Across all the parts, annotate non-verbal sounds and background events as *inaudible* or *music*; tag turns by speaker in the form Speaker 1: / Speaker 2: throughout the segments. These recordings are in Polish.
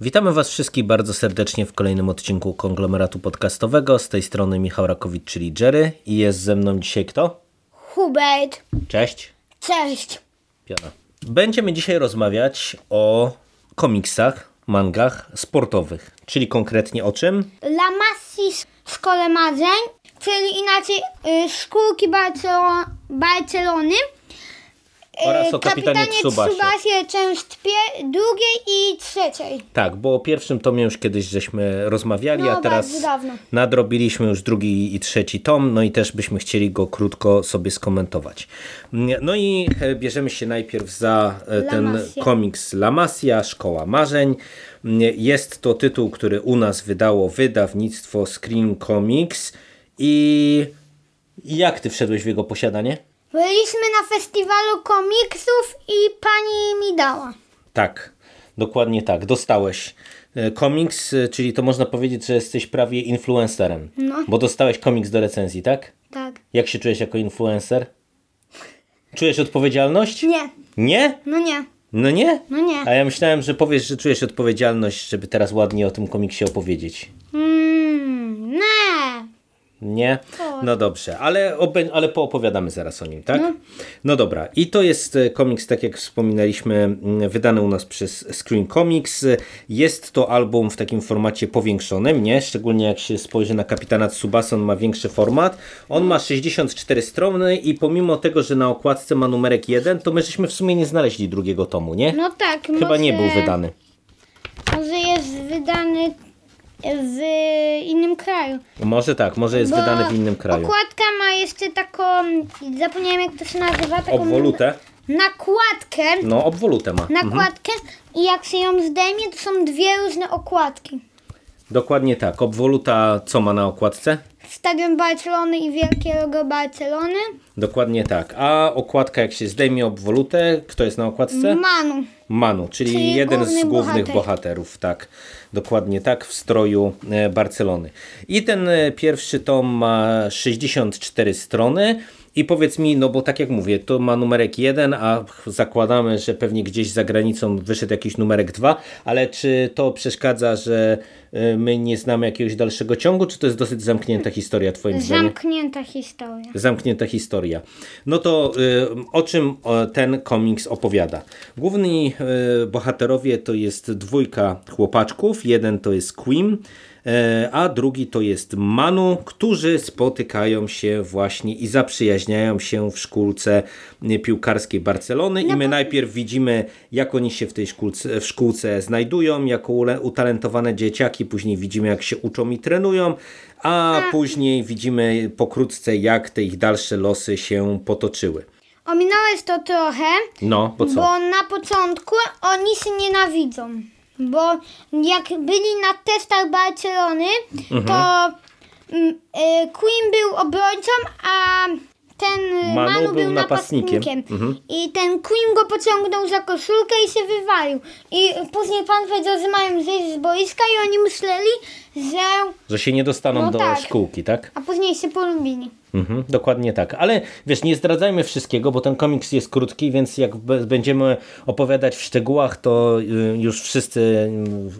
Speaker 1: Witamy Was wszystkich bardzo serdecznie w kolejnym odcinku konglomeratu podcastowego. Z tej strony Michał Rakowicz, czyli Jerry. I jest ze mną dzisiaj kto?
Speaker 2: Hubert,
Speaker 1: Cześć.
Speaker 2: cześć.
Speaker 1: Piona. Będziemy dzisiaj rozmawiać o komiksach, mangach sportowych. Czyli konkretnie o czym?
Speaker 2: La Massi z- z szkole marzeń, czyli inaczej y, szkółki Barcelo- Barcelony. y,
Speaker 1: Oraz o Yy, kapitanie Tsubasie.
Speaker 2: Tsubasie, część pie- drugiej i trzeciej.
Speaker 1: Tak, bo o pierwszym tomie już kiedyś żeśmy rozmawiali,
Speaker 2: No,
Speaker 1: a teraz
Speaker 2: bardzo dawno.
Speaker 1: nadrobiliśmy już drugi i trzeci tom, no i też byśmy chcieli go krótko sobie skomentować. Mm, No i e, bierzemy się najpierw za e,
Speaker 2: La
Speaker 1: ten
Speaker 2: Masia.
Speaker 1: komiks La Masia, Szkoła Marzeń. Mm, Jest to tytuł, który u nas wydało wydawnictwo Screen Comics i jak ty wszedłeś w jego posiadanie?
Speaker 2: Byliśmy na festiwalu komiksów i pani mi dała.
Speaker 1: Tak, dokładnie tak. Dostałeś e, komiks, e, czyli to można powiedzieć, że jesteś prawie influencerem.
Speaker 2: No.
Speaker 1: Bo dostałeś komiks do recenzji, tak?
Speaker 2: Tak.
Speaker 1: Jak się czujesz jako influencer? Czujesz odpowiedzialność?
Speaker 2: Nie,
Speaker 1: Nie?
Speaker 2: no nie.
Speaker 1: No nie?
Speaker 2: No nie.
Speaker 1: A ja myślałem, że powiesz, że czujesz odpowiedzialność, żeby teraz ładnie o tym komiksie opowiedzieć.
Speaker 2: Mm, nie.
Speaker 1: Nie?
Speaker 2: Tak.
Speaker 1: No dobrze, ale, obę- ale poopowiadamy zaraz o nim, tak? No. dobra, i to jest e, komiks, tak jak wspominaliśmy, m, wydany u nas przez Screen Comics. E, Jest to album w takim formacie powiększonym, nie? Szczególnie jak się spojrzy na Kapitana Tsubasa, on ma większy format. On ma 64 strony i pomimo tego, że na okładce ma numerek 1, to my żeśmy w sumie nie znaleźli drugiego tomu, nie?
Speaker 2: No tak,
Speaker 1: Chyba
Speaker 2: może,
Speaker 1: nie był wydany.
Speaker 2: Może jest wydany w innym kraju.
Speaker 1: Może tak, może jest
Speaker 2: Bo
Speaker 1: wydany w innym kraju.
Speaker 2: Okładka ma jeszcze taką, zapomniałem jak to się nazywa, taką
Speaker 1: Obwolutę?
Speaker 2: nakładkę.
Speaker 1: No, obwolutę ma.
Speaker 2: Nakładkę i jak się ją zdejmie, to są dwie różne okładki.
Speaker 1: Dokładnie tak. Obwoluta co ma na okładce?
Speaker 2: Stadion Barcelony i wielkie logo Barcelony.
Speaker 1: Dokładnie tak. A okładka, jak się zdejmie obwolutę, kto jest na
Speaker 2: No,
Speaker 1: okładce?
Speaker 2: Manu.
Speaker 1: Manu, czyli,
Speaker 2: Czyli
Speaker 1: jeden z
Speaker 2: główny
Speaker 1: głównych
Speaker 2: bohater.
Speaker 1: bohaterów, tak. Dokładnie tak, w stroju e, Barcelony. I ten e, pierwszy tom ma 64 strony. I powiedz mi, no bo tak jak mówię, to ma numerek 1, a ch- zakładamy, że pewnie gdzieś za granicą wyszedł jakiś numerek 2, ale czy to przeszkadza, że e, my nie znamy jakiegoś dalszego ciągu, czy to jest dosyć zamknięta historia twoim zdaniem?
Speaker 2: Zamknięta historia.
Speaker 1: Zamknięta historia. No to y, o czym e, ten komiks opowiada? Główni y, bohaterowie to jest dwójka chłopaczków. Jeden to jest Quim, e, a drugi to jest Manu, którzy spotykają się właśnie i zaprzyjaźniają się w szkółce e, piłkarskiej Barcelony. I my najpierw widzimy, jak oni się w tej szkółce, w szkółce znajdują, jako ule- utalentowane dzieciaki. Później widzimy, jak się uczą i trenują.
Speaker 2: Tak.
Speaker 1: A później widzimy pokrótce, jak te ich dalsze losy się potoczyły.
Speaker 2: Ominąłeś to trochę,
Speaker 1: No, bo co?
Speaker 2: bo na początku oni się nienawidzą. Bo jak byli na testach Barcelony,
Speaker 1: Mhm.
Speaker 2: to mm, y, Queen był obrońcą, a ten y,
Speaker 1: Manu
Speaker 2: Manu,
Speaker 1: był
Speaker 2: był,
Speaker 1: napastnikiem. Mhm.
Speaker 2: napastnikiem. I ten Queen go pociągnął za koszulkę i się wywalił. I później pan powiedział, że mają zejść z boiska i oni myśleli, że...
Speaker 1: Że się nie dostaną
Speaker 2: No
Speaker 1: do
Speaker 2: tak.
Speaker 1: szkółki, tak?
Speaker 2: A później się polubili.
Speaker 1: Mhm, dokładnie tak. Ale wiesz, nie zdradzajmy wszystkiego, bo ten komiks jest krótki, więc jak be- będziemy opowiadać w szczegółach, to y, już wszyscy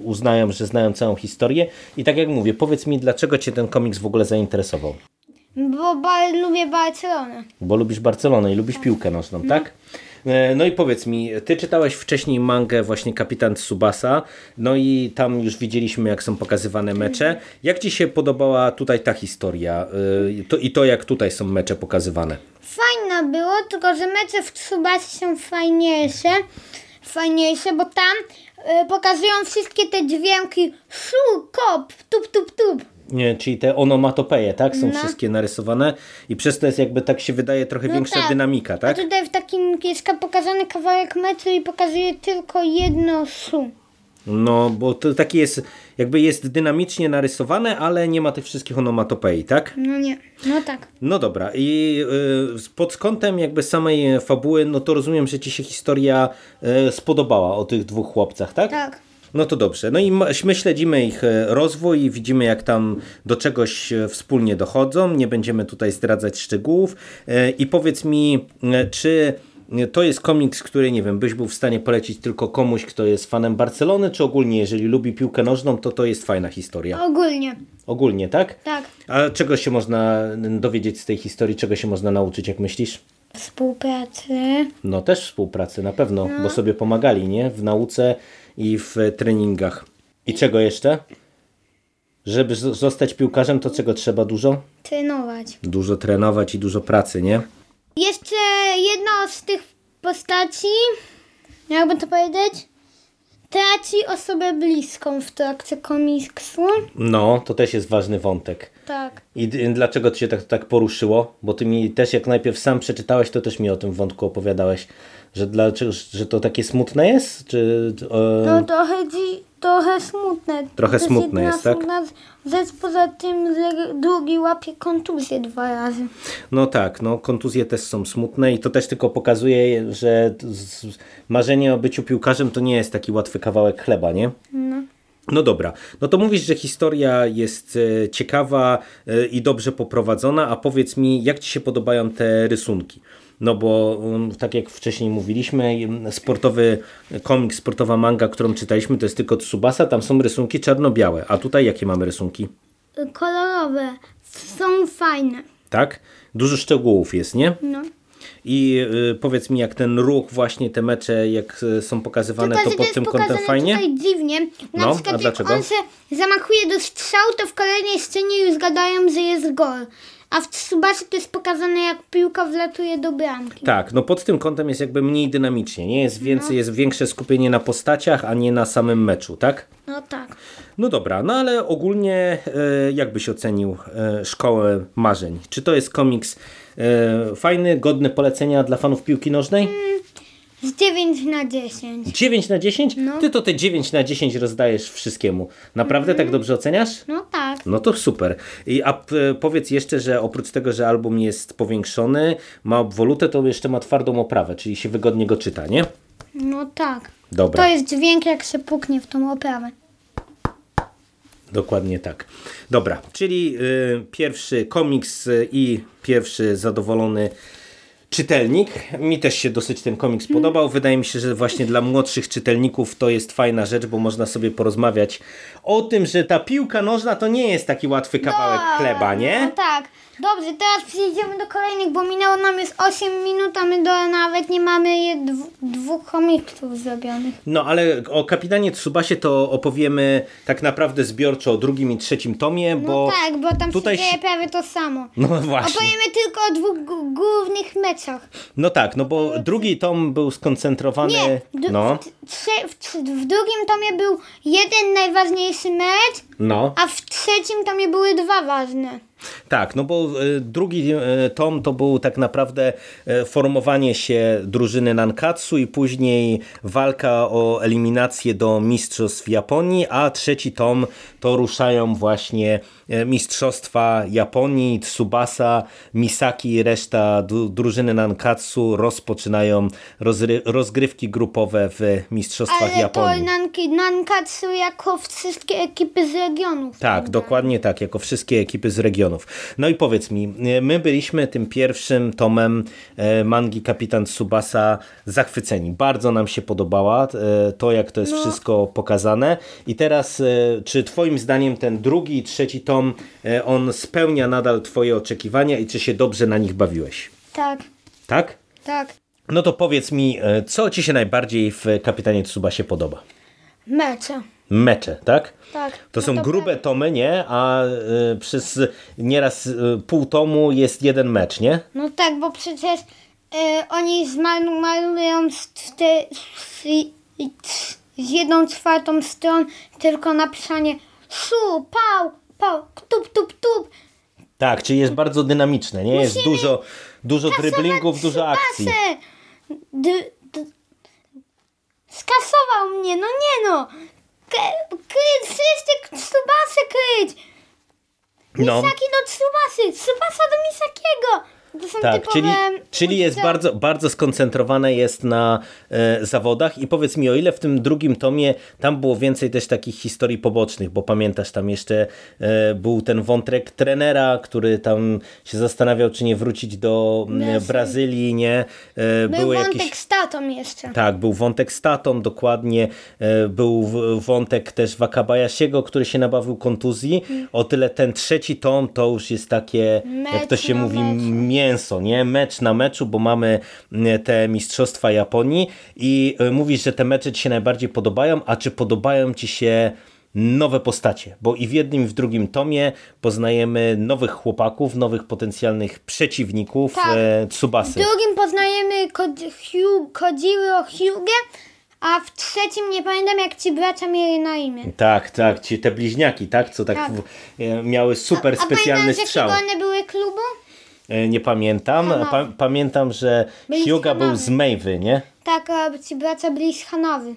Speaker 1: y, uznają, że znają całą historię. I tak jak mówię, powiedz mi, dlaczego Cię ten komiks w ogóle zainteresował?
Speaker 2: Bo ba- lubię Barcelonę.
Speaker 1: Bo lubisz Barcelonę i lubisz piłkę nożną, tak? E, No i powiedz mi, ty czytałeś wcześniej mangę właśnie Kapitan Tsubasa, no i tam już widzieliśmy jak są pokazywane mecze. Jak ci się podobała tutaj ta historia y, to, i to jak tutaj są mecze pokazywane?
Speaker 2: Fajna było, tylko że mecze w Tsubasie są fajniejsze, fajniejsze, bo tam y, pokazują wszystkie te dźwięki szu, kop, tup, tup, tup.
Speaker 1: Nie, czyli te onomatopeje, tak?
Speaker 2: No.
Speaker 1: Są wszystkie narysowane i przez to jest jakby tak się wydaje trochę większa
Speaker 2: tak.
Speaker 1: dynamika, tak?
Speaker 2: A tutaj w takim jest ka- pokazany kawałek meczu i pokazuje tylko jedno szu.
Speaker 1: No, bo to taki jest, jakby jest dynamicznie narysowane, ale nie ma tych wszystkich onomatopei, tak?
Speaker 2: No nie, no tak.
Speaker 1: No dobra, i y, pod kątem jakby samej fabuły, no to rozumiem, że ci się historia y, spodobała o tych dwóch chłopcach, tak?
Speaker 2: Tak.
Speaker 1: No to dobrze. No i ma- my śledzimy ich e, rozwój i widzimy, jak tam do czegoś e, wspólnie dochodzą. Nie będziemy tutaj zdradzać szczegółów. E, I powiedz mi, e, czy nie, to jest komiks, który nie wiem, byś był w stanie polecić tylko komuś, kto jest fanem Barcelony, czy ogólnie, jeżeli lubi piłkę nożną, to to jest fajna historia.
Speaker 2: Ogólnie,
Speaker 1: Ogólnie, tak?
Speaker 2: tak.
Speaker 1: A czego się można dowiedzieć z tej historii, czego się można nauczyć, jak myślisz?
Speaker 2: Współpracy.
Speaker 1: No też współpracy, na pewno, bo sobie pomagali, nie? W nauce i w e, treningach. I czego jeszcze? Żeby z- zostać piłkarzem, to czego trzeba dużo?
Speaker 2: Trenować.
Speaker 1: Dużo trenować i dużo pracy, nie?
Speaker 2: Jeszcze jedna z tych postaci, jakby to powiedzieć, traci osobę bliską w trakcie komiksu.
Speaker 1: No, to też jest ważny wątek.
Speaker 2: Tak.
Speaker 1: I d- dlaczego to się tak, tak poruszyło? Bo ty mi też, jak najpierw sam przeczytałeś, to też mi o tym wątku opowiadałeś. Że, dlaczego, że to takie smutne jest? Czy, e,
Speaker 2: No trochę, dzi- trochę smutne.
Speaker 1: Trochę
Speaker 2: To
Speaker 1: smutne
Speaker 2: jedyna
Speaker 1: jest, tak?
Speaker 2: smutna Rzecz poza tym, że drugi łapie kontuzję dwa razy.
Speaker 1: No tak, no kontuzje też są smutne i to też tylko pokazuje, że t- z- marzenie o byciu piłkarzem to nie jest taki łatwy kawałek chleba, nie? No dobra, no to mówisz, że historia jest e, ciekawa e, i dobrze poprowadzona, a powiedz mi, jak Ci się podobają te rysunki? No bo um, tak jak wcześniej mówiliśmy, im, sportowy komik, sportowa manga, którą czytaliśmy, to jest tylko Tsubasa, tam są rysunki czarno-białe, a tutaj jakie mamy rysunki?
Speaker 2: Kolorowe. Są fajne.
Speaker 1: Tak? Dużo szczegółów jest, nie?
Speaker 2: No.
Speaker 1: I y, powiedz mi, jak ten ruch, właśnie te mecze, jak y, są pokazywane,
Speaker 2: Tylko,
Speaker 1: to
Speaker 2: że
Speaker 1: pod tym kątem
Speaker 2: pokazane
Speaker 1: fajnie?
Speaker 2: tutaj dziwnie. Na
Speaker 1: No, a
Speaker 2: przykład jak
Speaker 1: dlaczego?
Speaker 2: on się zamachuje do strzału, to w kolejnej scenie już gadają, że jest gol. A w Tsubasa to jest pokazane, jak piłka wlatuje do bramki.
Speaker 1: Tak, no pod tym kątem jest jakby mniej dynamicznie, nie? Jest więcej,
Speaker 2: No.
Speaker 1: jest większe skupienie na postaciach, a nie na samym meczu, tak?
Speaker 2: No tak.
Speaker 1: No dobra, no ale ogólnie e, jak byś ocenił e, Szkołę Marzeń? Czy to jest komiks e, fajny, godny polecenia dla fanów piłki nożnej?
Speaker 2: Mm. Z 9 na 10.
Speaker 1: 9 na 10?
Speaker 2: No.
Speaker 1: Ty to te 9 na 10 rozdajesz wszystkiemu. Naprawdę tak dobrze oceniasz?
Speaker 2: No tak.
Speaker 1: No to super. I a p- powiedz jeszcze, że oprócz tego, że album jest powiększony, ma obwolutę, to jeszcze ma twardą oprawę, czyli się wygodnie go czyta, nie?
Speaker 2: No tak.
Speaker 1: Dobra.
Speaker 2: To jest dźwięk, jak się puknie w tą oprawę.
Speaker 1: Dokładnie tak. Dobra, czyli y, pierwszy komiks y, i pierwszy zadowolony czytelnik. Mi też się dosyć ten komiks
Speaker 2: Mhm.
Speaker 1: podobał. Wydaje mi się, że właśnie dla młodszych czytelników to jest fajna rzecz, bo można sobie porozmawiać o tym, że ta piłka nożna to nie jest taki łatwy kawałek chleba,
Speaker 2: No
Speaker 1: nie?
Speaker 2: tak. Dobrze, teraz przejdziemy do kolejnych, bo minęło nam już 8 minut, a my do, nawet nie mamy je dwu, dwóch komiksów zrobionych.
Speaker 1: No ale o Kapitanie Tsubasie to opowiemy tak naprawdę zbiorczo o drugim i trzecim tomie,
Speaker 2: No
Speaker 1: bo...
Speaker 2: tak, bo tam
Speaker 1: tutaj
Speaker 2: się dzieje
Speaker 1: się-
Speaker 2: prawie to samo.
Speaker 1: No właśnie.
Speaker 2: Opowiemy tylko o dwóch gó- głównych meczach.
Speaker 1: No tak, no bo drugi tom był skoncentrowany...
Speaker 2: Nie, d-
Speaker 1: no,
Speaker 2: w, t- trze- w, tr- w drugim tomie był jeden najważniejszy mecz,
Speaker 1: no.
Speaker 2: a w trzecim tomie były dwa ważne.
Speaker 1: Tak, no bo e, drugi e, tom to był tak naprawdę e, formowanie się drużyny Nankatsu i później walka o eliminację do mistrzostw Japonii, a trzeci tom to ruszają właśnie e, mistrzostwa Japonii, Tsubasa, Misaki i reszta dru- drużyny Nankatsu rozpoczynają rozry- rozgrywki grupowe w mistrzostwach
Speaker 2: Ale to
Speaker 1: Japonii.
Speaker 2: Nanki, Nankatsu jako wszystkie ekipy z regionów.
Speaker 1: Tak, dokładnie tak, jako wszystkie ekipy z regionów. No i powiedz mi, y, my byliśmy tym pierwszym tomem e, mangi Kapitan Tsubasa zachwyceni. Bardzo nam się podobała e, to, jak to jest wszystko pokazane. I teraz, e, czy twoim zdaniem ten drugi i trzeci tom, e, on spełnia nadal twoje oczekiwania i czy się dobrze na nich bawiłeś?
Speaker 2: Tak,
Speaker 1: Tak?
Speaker 2: tak.
Speaker 1: No to powiedz mi, e, co ci się najbardziej w Kapitanie Tsubasie podoba?
Speaker 2: Mecze.
Speaker 1: Mecze, tak?
Speaker 2: Tak.
Speaker 1: To
Speaker 2: No
Speaker 1: są
Speaker 2: to
Speaker 1: grube tomy, nie? A y, przez nieraz y, pół tomu jest jeden mecz, nie?
Speaker 2: No tak, bo przecież e, oni zmarnują z, czte- z, i- z, z jedną czwartą stron tylko napisanie szu, pał, pał, tup, tup, tup.
Speaker 1: Tak, czyli jest bardzo dynamiczne, nie? Jest dużo, dużo dryblingów, dużo akcji.
Speaker 2: Kasę! D, d, skasował mnie, no nie no. K- Kryć, wszyscy Tsubasę kryć. no
Speaker 1: No,
Speaker 2: Misaki do Tsubasy, Tsubasa do Misakiego. są
Speaker 1: Tak, czyli,
Speaker 2: typowe...
Speaker 1: czyli jest
Speaker 2: ulice-
Speaker 1: bardzo, bardzo skoncentrowane jest na e, zawodach i powiedz mi, o ile w tym drugim tomie tam było więcej też takich historii pobocznych, bo pamiętasz, tam jeszcze e, był ten wątrek trenera, który tam się zastanawiał, czy nie wrócić do m,
Speaker 2: Brazylii.
Speaker 1: Brazylii, nie? E,
Speaker 2: Był
Speaker 1: były
Speaker 2: wątek
Speaker 1: jakieś...
Speaker 2: z tatą jeszcze.
Speaker 1: Tak, był wątek z tatą, dokładnie. e, Był w- wątek też Wakabayasiego, który się nabawił kontuzji.
Speaker 2: Mhm.
Speaker 1: O tyle ten trzeci tom to już jest takie,
Speaker 2: Mecz
Speaker 1: jak to się
Speaker 2: na
Speaker 1: mówi,
Speaker 2: meczu.
Speaker 1: mięso, nie? Mecz na meczu, bo mamy mm, te Mistrzostwa Japonii i e, mówisz, że te mecze ci się najbardziej podobają, a czy podobają ci się nowe postacie? Bo i w jednym i w drugim tomie poznajemy nowych chłopaków, nowych potencjalnych przeciwników
Speaker 2: Tak.
Speaker 1: e,
Speaker 2: W
Speaker 1: Tsubasy.
Speaker 2: drugim poznajemy Kodziro Hyugę, a w trzecim nie pamiętam jak ci bracia mieli na imię.
Speaker 1: Tak, tak, ci te bliźniaki, tak, co tak,
Speaker 2: Tak.
Speaker 1: W, e, miały super
Speaker 2: a
Speaker 1: specjalny
Speaker 2: pamiętasz
Speaker 1: strzał.
Speaker 2: jakiego one były klubu?
Speaker 1: E, nie pamiętam.
Speaker 2: Hanowy.
Speaker 1: Pa, pamiętam, że
Speaker 2: Byli z
Speaker 1: Hyuga był
Speaker 2: Hanowy.
Speaker 1: z Mejwy, nie?
Speaker 2: Tak, a ci bracia byli z Hanowy.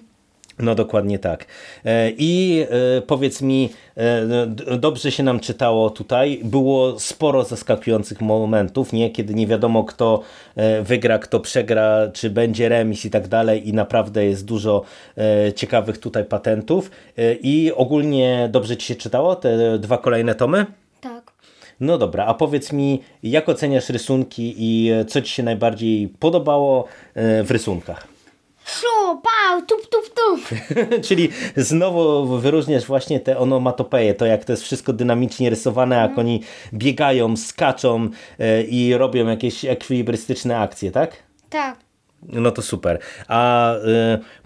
Speaker 1: No dokładnie tak. E, I e, powiedz mi, e, d- dobrze się nam czytało tutaj. Było sporo zaskakujących momentów, nie? Kiedy nie wiadomo kto e, wygra, kto przegra, czy będzie remis i tak dalej i naprawdę jest dużo e, ciekawych tutaj patentów. E, I ogólnie dobrze Ci się czytało te dwa kolejne tomy?
Speaker 2: Tak.
Speaker 1: No dobra, a powiedz mi, jak oceniasz rysunki i e, co Ci się najbardziej podobało e, w rysunkach? *laughs*
Speaker 2: Szu, pał, tup, tup, tup.
Speaker 1: Czyli znowu wyróżniasz właśnie te onomatopeje, to jak to jest wszystko dynamicznie rysowane, jak oni biegają, skaczą e, i robią jakieś ekwilibrystyczne akcje, tak?
Speaker 2: Tak.
Speaker 1: No to super. A y,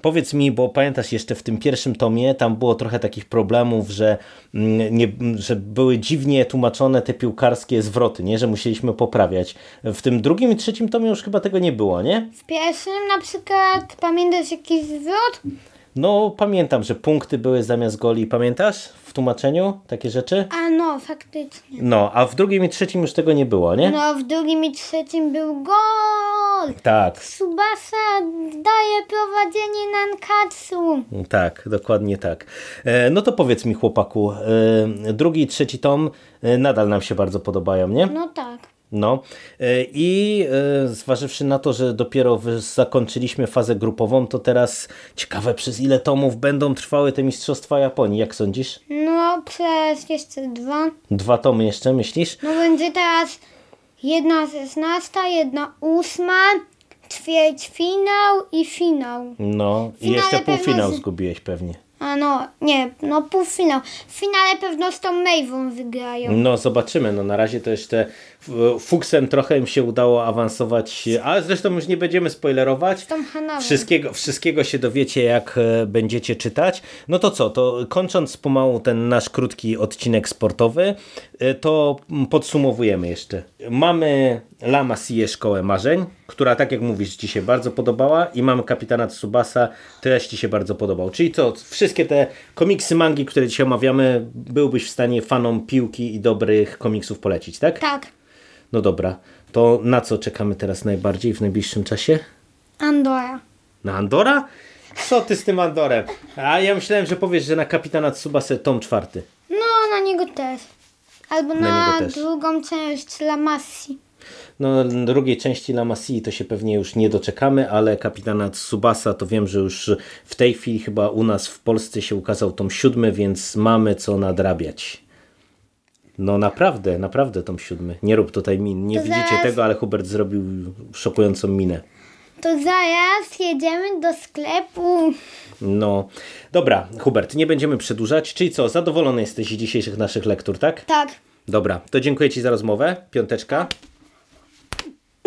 Speaker 1: powiedz mi, bo pamiętasz jeszcze w tym pierwszym tomie, tam było trochę takich problemów, że, mm, nie, m, że były dziwnie tłumaczone te piłkarskie zwroty, nie? że musieliśmy poprawiać. W tym drugim i trzecim tomie już chyba tego nie było, nie?
Speaker 2: W pierwszym na przykład pamiętasz jakiś zwrot?
Speaker 1: No pamiętam, że punkty były zamiast goli, pamiętasz w tłumaczeniu takie rzeczy?
Speaker 2: A no, faktycznie.
Speaker 1: No, a w drugim i trzecim już tego nie było, nie?
Speaker 2: No, w drugim i trzecim był gol.
Speaker 1: Tak,
Speaker 2: Subasa daje prowadzenie Nankatsu.
Speaker 1: tak, dokładnie tak. E, no to powiedz mi, chłopaku, e, drugi i trzeci tom e, nadal nam się bardzo podobają, nie?
Speaker 2: No tak.
Speaker 1: No E, i e, zważywszy na to, że dopiero wy- zakończyliśmy fazę grupową, to teraz ciekawe przez ile tomów będą trwały te Mistrzostwa Japonii, jak sądzisz?
Speaker 2: No, przez jeszcze dwa.
Speaker 1: Dwa tomy jeszcze, myślisz?
Speaker 2: No będzie teraz jedna szesnasta, jedna ósma, ćwierćfinał i finał.
Speaker 1: No i
Speaker 2: Finale
Speaker 1: jeszcze
Speaker 2: pewno
Speaker 1: półfinał
Speaker 2: z-
Speaker 1: zgubiłeś pewnie.
Speaker 2: A no, nie, no półfinał. W finale pewno z tą Mejwą wygrają.
Speaker 1: No zobaczymy, no na razie to jeszcze e, fuksem trochę im się udało awansować, e, ale zresztą już nie będziemy spoilerować.
Speaker 2: Tą Hanawą.
Speaker 1: Wszystkiego, wszystkiego się dowiecie, jak e, będziecie czytać. No to co, to kończąc pomału ten nasz krótki odcinek sportowy, e, to mm, podsumowujemy jeszcze. Mamy Lama Sie Szkołę Marzeń, która tak jak mówisz, Ci się bardzo podobała i mamy Kapitana Tsubasa, też Ci się bardzo podobał. Czyli co, wszystkie te komiksy, mangi, które dzisiaj omawiamy, byłbyś w stanie fanom piłki i dobrych komiksów polecić, tak?
Speaker 2: Tak,
Speaker 1: No dobra, to na co czekamy teraz najbardziej w najbliższym czasie?
Speaker 2: Andora.
Speaker 1: Na Andora? Co ty z tym Andorem? A ja myślałem, że powiesz, że na kapitana Tsubasę tom czwarty.
Speaker 2: No, na niego też. Albo na,
Speaker 1: niego też.
Speaker 2: drugą część Lamassi.
Speaker 1: No, drugiej części La Masii to się pewnie już nie doczekamy, ale kapitana Tsubasa to wiem, że już w tej chwili chyba u nas w Polsce się ukazał tom siódmy, więc mamy co nadrabiać. No naprawdę, naprawdę tom siódmy. Nie rób tutaj min. Nie
Speaker 2: To
Speaker 1: widzicie
Speaker 2: zaraz-
Speaker 1: tego, ale Hubert zrobił szokującą minę.
Speaker 2: To zaraz jedziemy do sklepu.
Speaker 1: No, dobra, Hubert, nie będziemy przedłużać. Czyli co, zadowolony jesteś z dzisiejszych naszych lektur, tak?
Speaker 2: Tak.
Speaker 1: Dobra, to dziękuję Ci za rozmowę. Piąteczka.